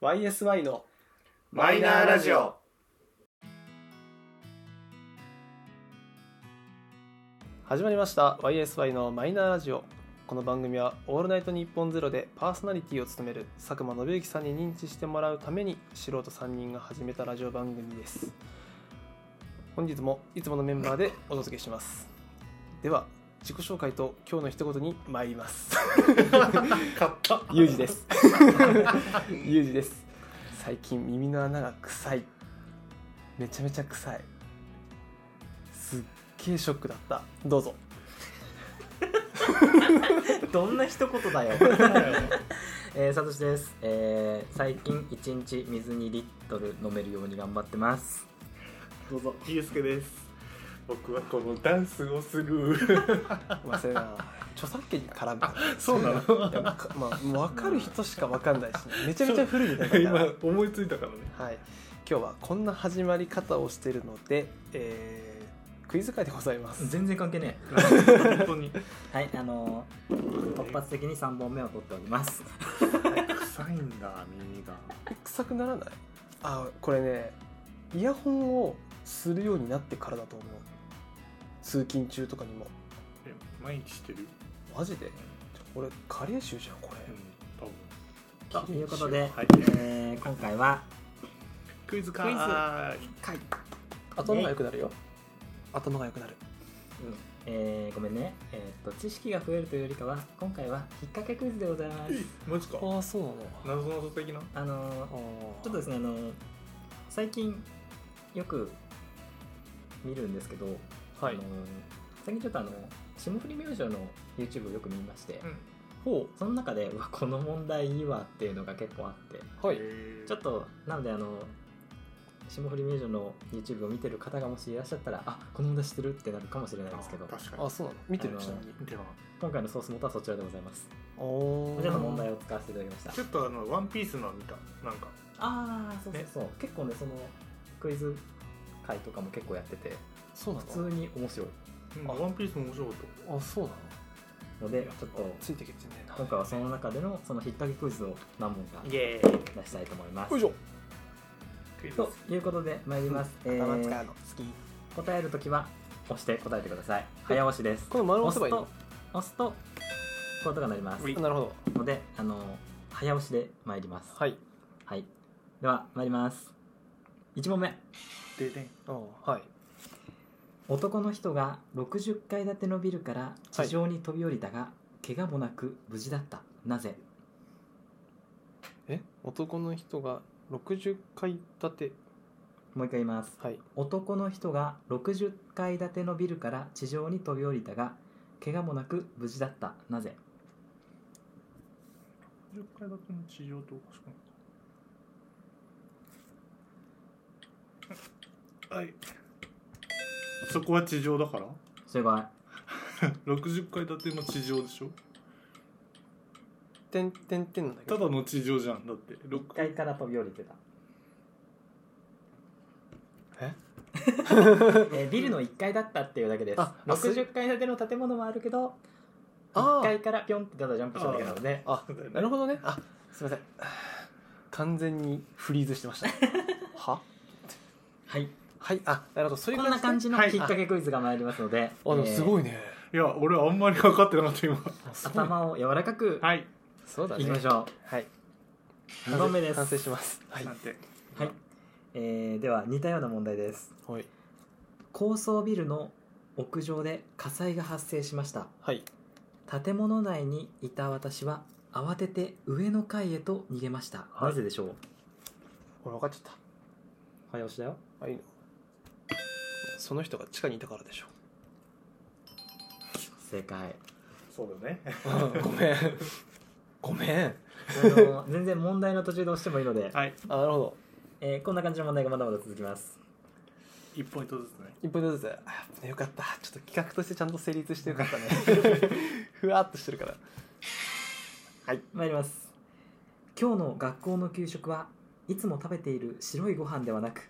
YSY のマイナーラジオ。始まりました YSY のマイナーラジオこの番組は「オールナイトニッポンゼロでパーソナリティを務める佐久間信之さんに認知してもらうために素人3人が始めたラジオ番組です本日もいつものメンバーでお届けしますでは自己紹介と今日の一言に参ります 買った。ゆうじです。ゆうじです。最近耳の穴が臭い。めちゃめちゃ臭い。すっげえショックだった。どうぞ。 どんな一言だよ。えー、サトシです。えー、最近一日水2リットル飲めるように頑張ってます。どうぞ。ゆうすけです。僕はこのダンスをする。忘れな。著作権に絡むから。そうなの。いやまあまあ分かる人しか分かんないし、めちゃめちゃ古いみたいな。今思いついたからね。はい。今日はこんな始まり方をしているので、えークイズ会でございます。全然関係ね 本当に。え。はい、あのー、突発的に3本目を取っております。臭いんだ耳が。臭くならないあこれねイヤホンをするようになってからだと思う通勤中とかにもえ毎日してる。マジで俺加齢臭じゃんこうんれ、多分。ということで、はいえー、今回は、クイズか。クイイ回頭が良くなるよ頭が良くなるうんえー、ごめんね。えー、っと、知識が増えるというよりかは、今回は引っ掛けクイズでございます。マジか。ああそうなの謎謎的な。あのー、ちょっとですね、あの最近よく見るんですけど、はいあの最近ちょっとあの霜降り明星の YouTube をよく見まして、ん。ほその中でうわこの問題いいわっていうのが結構あってうはいちょっとなのであの霜降り明星の YouTube を見てる方がもしいらっしゃったらあこの問題知ってるってなるかもしれないんですけど確かあそうなの見てるあのちなみにに。では。今回のソース元はそちらでございますおこちらの問題を使わせていただきましたちょっとあのワンピースの見た。なんか。ああそうそうねそう、結構ねそのクイズ会とかも結構やっててそうな普通のに面白いうんあワンピースも面白かっあそうなののでちょっとついてきてね今回はその中でのその引っ掛けクイズを何問かた。イエーイ。出したいと思いますよいしょクイズ。ということで参ります、え頭ー使うの好き答えるときは押して答えてください早押しですこの丸を押せばいい押のすと押すとこういうことがなりますういあなるほどのであのー早押しで参りますはいはいでは参ります1問目ででん。うんはい男の人が60階建てのビルから地上に飛び降りたが、怪我もなく無事だったなぜえ男の人が60階建てもう一回言いますはい男の人が60階建てのビルから地上に飛び降りたが怪我もなく無事だったなぜ10階建ての地上とおかしくないはいそこは地上だから正解60階建ての地上でしょてんてんてんなんだけたどだの地上じゃんだって1階から飛び降りてえた、えービルの1階だったっていうだけですああそう60階建ての建物もあるけどあ1階からピョンってただジャンプしただけなのであそうだよねなるほどねあすいません完全にフリーズしてました ははいはいあなるほどそういうこんな感じのはい引っ掛けクイズが参りますので、あでもすごい、いね、いや俺あんまり分かってなかった今あすごい頭を柔らかくはいそうだねいきましょはい二問目です完成しますはいなんてう、はいえーでは似たような問題ですはい高層ビルの屋上で火災が発生しましたはい建物内にいた私は慌てて上の階へと逃げました、はいなぜでしょうこれ分かっちゃっ早押しだよたあいいのその人が地下にいたからでしょ 正解そうだねうん ごめんごめんあの全然問題の途中で押してもいいので、はいあなるほどえーこんな感じの問題がまだまだ続きます1ポイントずつね一本ずつあ危ねよかったちょっと企画としてちゃんと成立してよか ったねふわっとしてるから参ります今日の学校の給食はいつも食べている白いご飯ではなく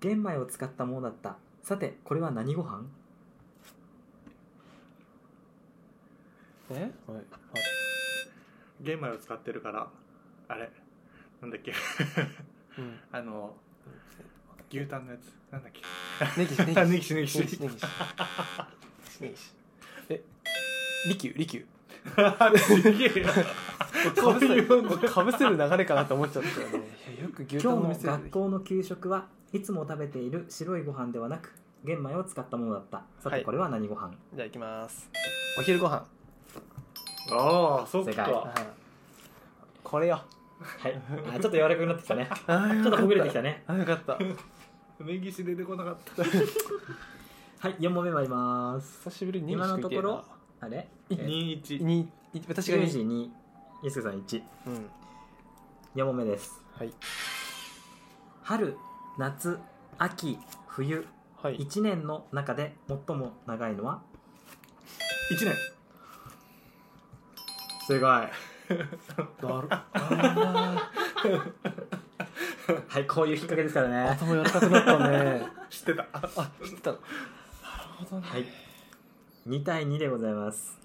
玄米を使ったものだったさてこれは何ご飯えはい、はい玄米を使ってるからあれなんだっけうんあの牛タンのやつなん だっけネギシネギあシネギシネギシネギシネギシネギシえ利休利休すげえかぶせるこういうのかぶせる流れかなと思っちゃったよねいやよく牛タ今ンの日の店で学校の給食はいつも食べている白いご飯ではなく玄米を使ったものだったさはていこれは何ご飯、じゃあ行きますお昼ご飯ああそっ正解かこれよはい、 あちょっと柔らかくなってきたねあーちよかょっとったほぐれてきたねあーよかったネギシ出てこなかったはい4問目参ります 久しぶりに今のところあれ二一に私がユー二ジ2ユースケさん14うん問目ですはい春夏秋冬はい1年の中で最も長いのは1年正解なるあはいこういう引っ掛けですからーね頭柔らかくなったね知ってたあ知ってたのなるほどねはい2対2でございます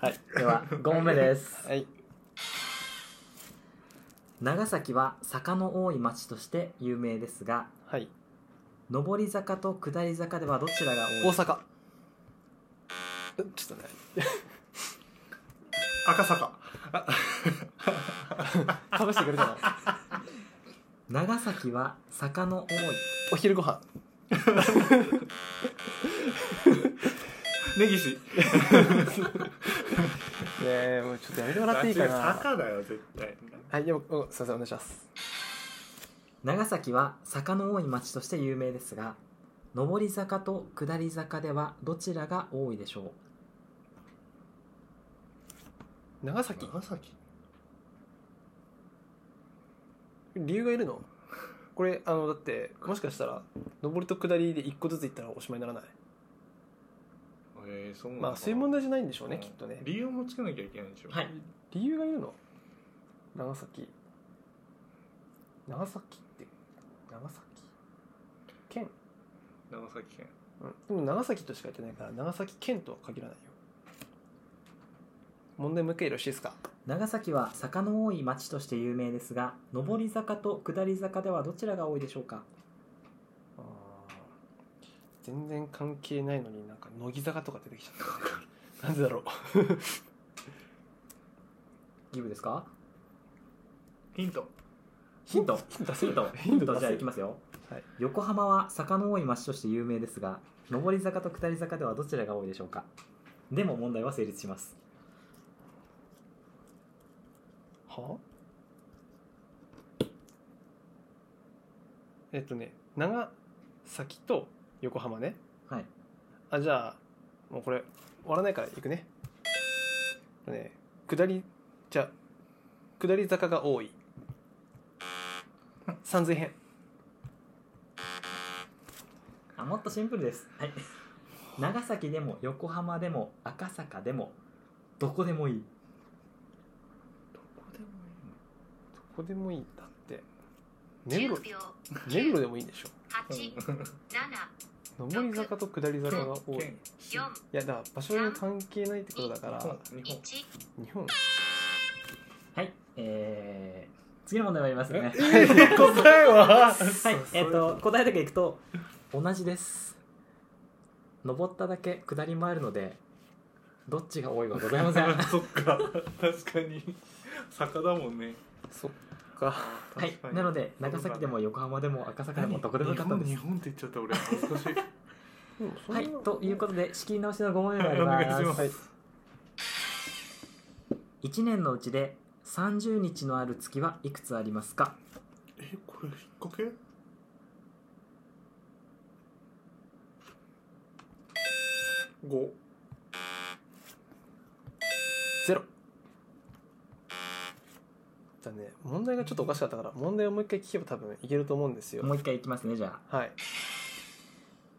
はいでは5問目ですはい長崎は坂の多い町として有名ですがはい上り坂と下り坂ではどちらが多大い阪えちょっとね赤坂かぶしてくれた の長崎は坂の多いお昼ご飯ネギシねえもうちょっとやめてもらっていいかな赤だよ絶対はいでもうんすいませんお願いします長崎は坂の多い町として有名ですが上り坂と下り坂ではどちらが多いでしょ長崎崎理由がいるのこれあのだってもしかしたら上りと下りで一個ずつ行ったらおしまいにならないえー、そうなのかまあなそういう問題じゃないんでしょうねきっとね理由もつけなきゃいけないでしょうはい理由がいるの長崎長崎って長崎県、長崎県うん、でも長崎としか言ってないから長崎県とは限らないよ問題もう一回よろしいですか長崎は坂の多い町として有名ですが上り坂と下り坂ではどちらが多いでしょうかあー全然関係ないのになんか乃木坂とか出てきちゃ ったなんでだろうギブですかヒントヒントヒント出せヒンるトヒント出じせゃあるいきますよ、はい横浜は坂の多い町として有名ですが上り坂と下り坂ではどちらが多いでしょうかでも問題は成立しますはえっとね長崎と横浜ねはいあじゃあもうこれ終わらないから行くねね下りじゃあ下り坂が多い三千編あもっとシンプルです、はい、長崎でも横浜でも赤坂でもどこでもいいどこでもいどこでもいいんだって目黒10秒目黒でもいいんでしょ8 7上り坂と下り坂が多いい県市4やだから場所に関係ないってことだから日本1日本はいえー、次の問題参りますね答えははい、えっと答えだけいくと同じです登っただけ下りもあるのでどっちが多いはござ いませんはそっか確かに坂だもんねそっか確かいになので長崎でも横浜でも赤坂でもどこでもよかったんです日本日本って言っちゃった俺恥ずかしいでもそんなはいということで仕切り直しの5問目がありお願いしますます1年のうちで30日のある月はいくつありますかえこれ引っ掛け五ゼロだね問題がちょっとおかしかったから問題をもう一回聞けば多分いけると思うんですよもう一回いきますねじゃあはい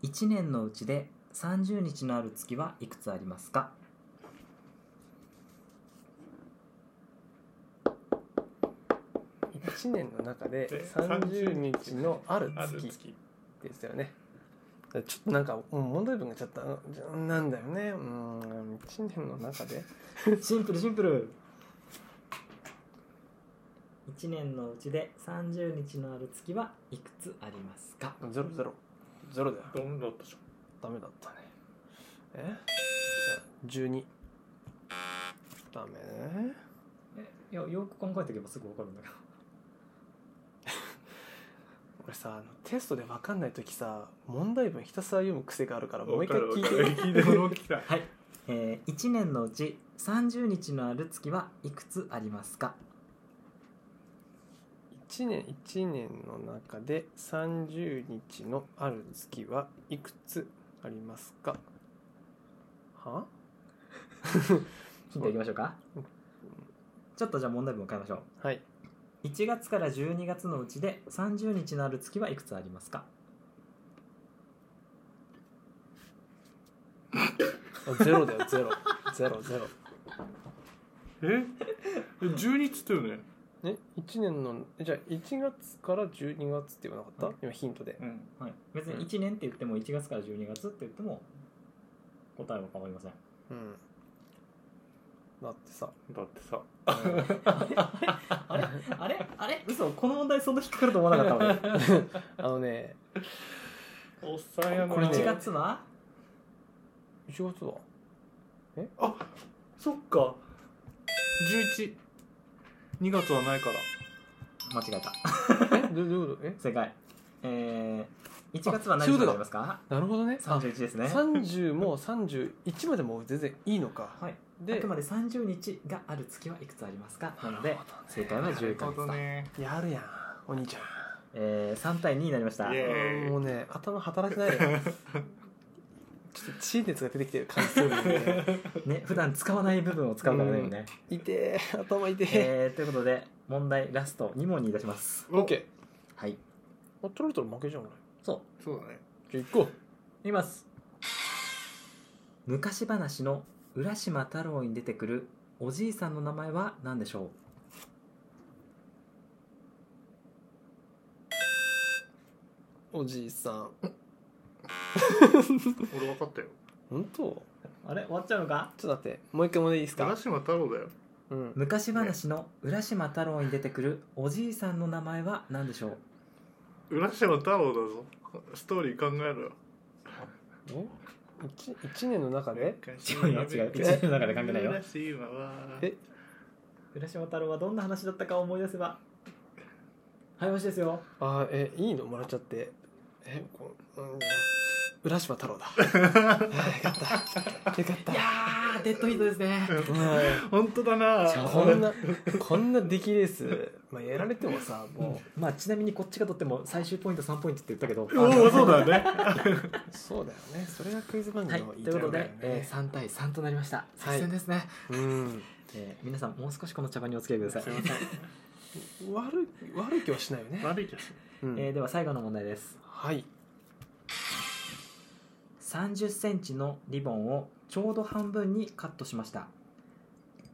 1年のうちで30日のある月はいくつありますか1年の中でえ30日のあるある月月ですよねちょっとなんかうん問題文がちょっとうんじゃなんだよねうん1年の中でシンプルシンプル1年のうちで30日のある月はいくつありますかゼロゼロゼロだよどんなだったでしょダメだったねえ12ダメねえいやよく考えていけばすぐ分かるんだけど俺さあのテストで分かんない時さ問題文ひたすら読む癖があるからうもう一回聞いてわかるわかる聞いて驚 きたはい、えー、1年のうち30日のある月はいくつありますか1年1年の中で30日のある月はいくつありますかはヒントいきましょうかうんちょっとじゃあ問題文を変えましょはい、う1月から12月のうちで30日のある月はいくつありますかあゼロ だよゼロゼロゼロえ12っつったよねえ1年のえじゃあ1月から12月って言わなかった、今ヒントでうんはい、別うんに1年って言っても1月から12月って言っても答えは変わりませんうんだってさだってさあれあれあれ 嘘この問題そんな引っかかると思わなかったわあのねおっさんやなこれね1月は1月は あそっか112月はないから間違えたえどどういうことえ正解えー、1月は何そういうことだ日になりますかなるほどねあ31ですね30も31までも全然いいのか、はいあでくまで30日がある月はいくつありますかなので正解は11ヶ月だ、ねやるやんお兄ちゃんえー、3対2になりましたイエーイもうね頭働いてない よちょっと血熱が出てきてる感じするんで、ね、ね普段使わない部分を使うからだよね、痛え頭痛ええー、ということで問題ラスト2問にいたしますオッケはいーあ取られたら負けじゃん俺そうそうだねじゃあ行こいきます昔話の浦島太郎に出てくるおじいさんの名前は何でしょうおじいさん俺分かったよ本当ちょうあれ終わっちゃうのかっと待ってもう一回もでいいです浦か島太郎だようん昔話の浦島太郎に出てくるおじいさんの名前は何でしょう浦島太郎だぞストーリー考えろよえ 1, 1年の中で違うよ違う一年の中で考えないよ浦島はえ浦島太郎はどんな話だったか思い出せばはいもしですよあーえいいのもらっちゃってえこう、うん、浦島太郎だ あよかったよかったいやーデッドヒートですねうん本当だなこんなこんな出来レース、まあ、やられてもさもまあちなみにこっちが取っても最終ポイント3ポイントって言ったけどおおそうだねうそうだよねそれがクイズ番は組いのいいというところことだで、よね、えー、3対3となりましたはい接戦ですね、うんえー皆さんもう少しこの茶番にお付き合いください悪い悪い気はしないよね、悪いですうん えーでは最後の問題ですはい3 0ンチのリボンをちょうど半分にカットしました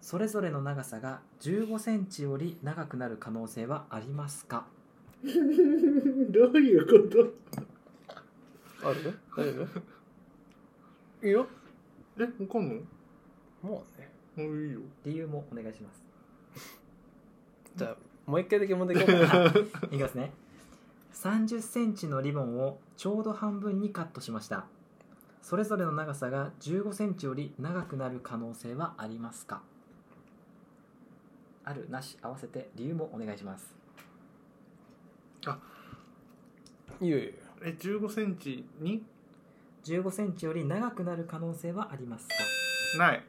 それぞれの長さが1 5ンチより長くなる可能性はありますかどういうこある大丈 夫いいよとえ分かんのもうねもういいよ理由もお願いしますじゃあもう一回だけ問題いこうか いきますね3 0ンチのリボンをちょうど半分にカットしましたそれぞれの長さが1 5ンチより長くなる可能性はありますかあるなし合わせて理由もお願いしますいいよいいよえ15センチに1 5ンチより長くなる可能性はありますかない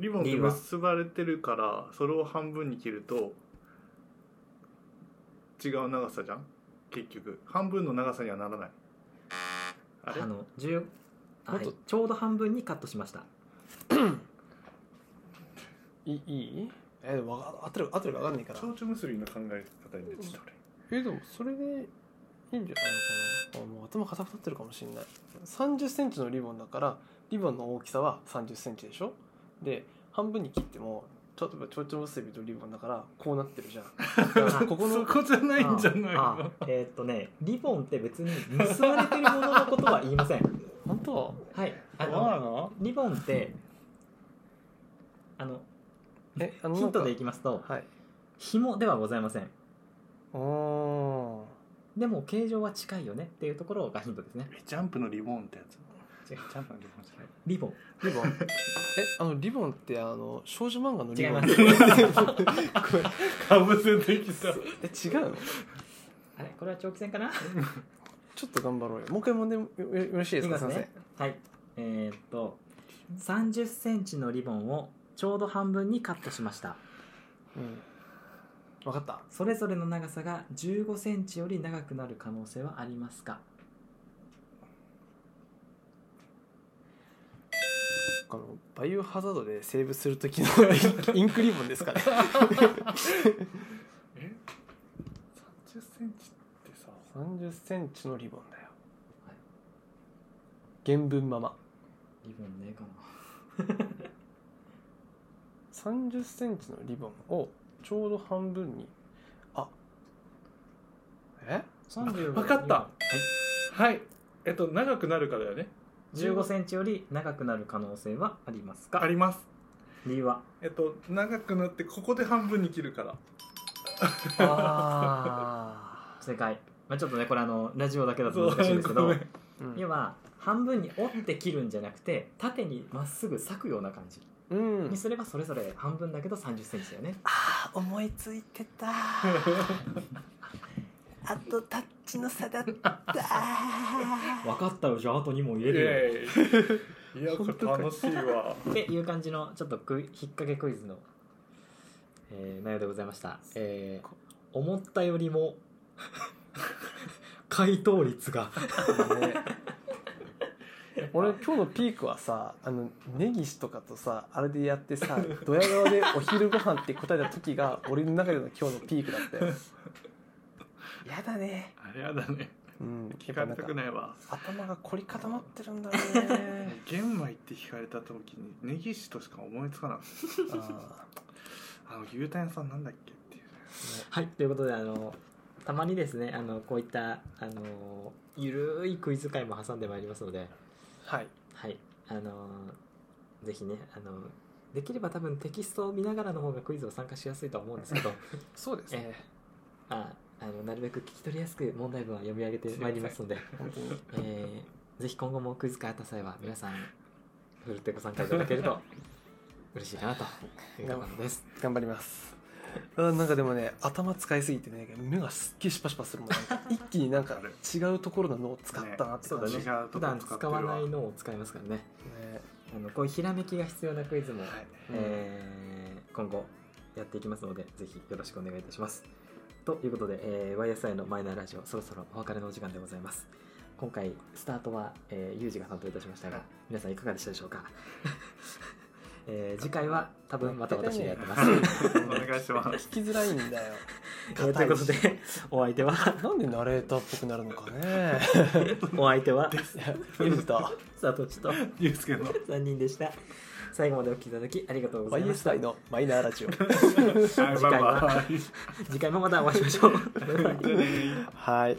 リボン理で由は結ばれてるからそれを半分に切ると違う長さじゃん結局半分の長さにはならないあれあの10あもはっとい、ちょうど半分にカットし ましたいいいいえわか合ってる合ってるか分かんないから蝶々結びの考え方になっちゃった俺えでもそれでいいんじゃないのかなあもう頭固くなってるかもしれない3 0ンチのリボンだからリボンの大きさは3 0ンチでしょで半分に切ってもちょっとちょうちょ結びとリボンだからこうなってるじゃんだからここのそこじゃないんじゃないあのあえーっとねリボンって別に結ばれてるもののことは言いません本当はいあそうなののリボンってあのえあのヒントでいききますとはい紐ではございませんおーでも形状は近いよねっていうところがヒントですねえジャンプのリボンってやつ違う、ジャンプのリボンじゃない。リボンリ ボンえあのリボンってあの少女漫画のリ違いボンます かぶせてきた え違うのあれこれは長期戦かなちょっと頑張ろうよもう一回問題よよよろしいですかいきますねはいえーっと3 0ンチのリボンをちょうど半分にカットしましたすいません、うん、分かったそれぞれの長さが1 5ンチより長くなる可能性はありますかあのバイオハザードでセーブする時の インクリボンですかねえ三30センチってさ3 0ンチのリボンだよ原文ままリボンねえかな3 0ンチのリボンをちょうど半分にあえ30わかったはいえっと長くなるかだよね1 5ンチより長くなる可能性はありますあかります理由はえっと長くなってここで半分に切るからあ正解、まあ、ちょっとねこれあのラジオだけだとそう難しいんですけごどめんー、うん要は半分に折って切るんじゃなくて縦にまっすぐ裂くような感じうんにすればそれぞれ半分だけど3 0ンチだよねあー思いついてたあとタッチの差だった分かったよじゃああと2問入イれるよエーイいやこれ楽しいわっていう感じのちょっとクイ引っ掛けクイズの、えー内容でございました、えー思ったより も回答率が 俺今日のピークはさあの根岸とかとさあれでやって さドヤ顔でお昼ご飯って答えた時が俺の中での今日のピークだったよやだねあれやだねうん聞かれたくやっぱなんかないわ頭が凝り固まってるんだろう ね玄米って聞かれた時に根岸としか思いつかなくてああの牛タン屋さんなんだっけっていうねはいということであのたまにですねあのこういったあのゆるいクイズ会も挟んでまいりますのでーはいはいあのぜひねあのできれば多分テキストを見ながらの方がクイズを参加しやすいとは思うんですけど、そうですねえーまあ、あのなるべく聞き取りやすく問題文は読み上げてまいりますので本当にえーぜひ今後もクイズ会あった際は皆さんふるってご参加いただけると嬉しいかなというところです。頑張りますあーなんかでもね頭使いすぎてね目がすっげえシパシパする もんなんか一気になんか違うところの脳を使ったなって感じ、違ねう普とこ段使って使るわわないのを使いますからねあのこういうひらめきが必要なクイズも、はいうんえー今後やっていきますのでぜひよろしくお願いいたします。ということで、えー YSI のマイナーラジオそろそろお別れのお時間でございます。今回スタートは、えー、ユージが担当いたしましたが皆さんいかがでしたでしょうか、 えー次回は多分また私が やってます。 お願いします聞きづらいんだよえーと いうことでお相手は なんでナレーターっぽくなるの かねお相手はいやゆうとサトシとゆうすけの3人でした最後までお聞きいただきありがとうございました YSI のマイナーラ ジオはいバイバイ 次回もまたお会いしましょうバイバイじゃあねーはい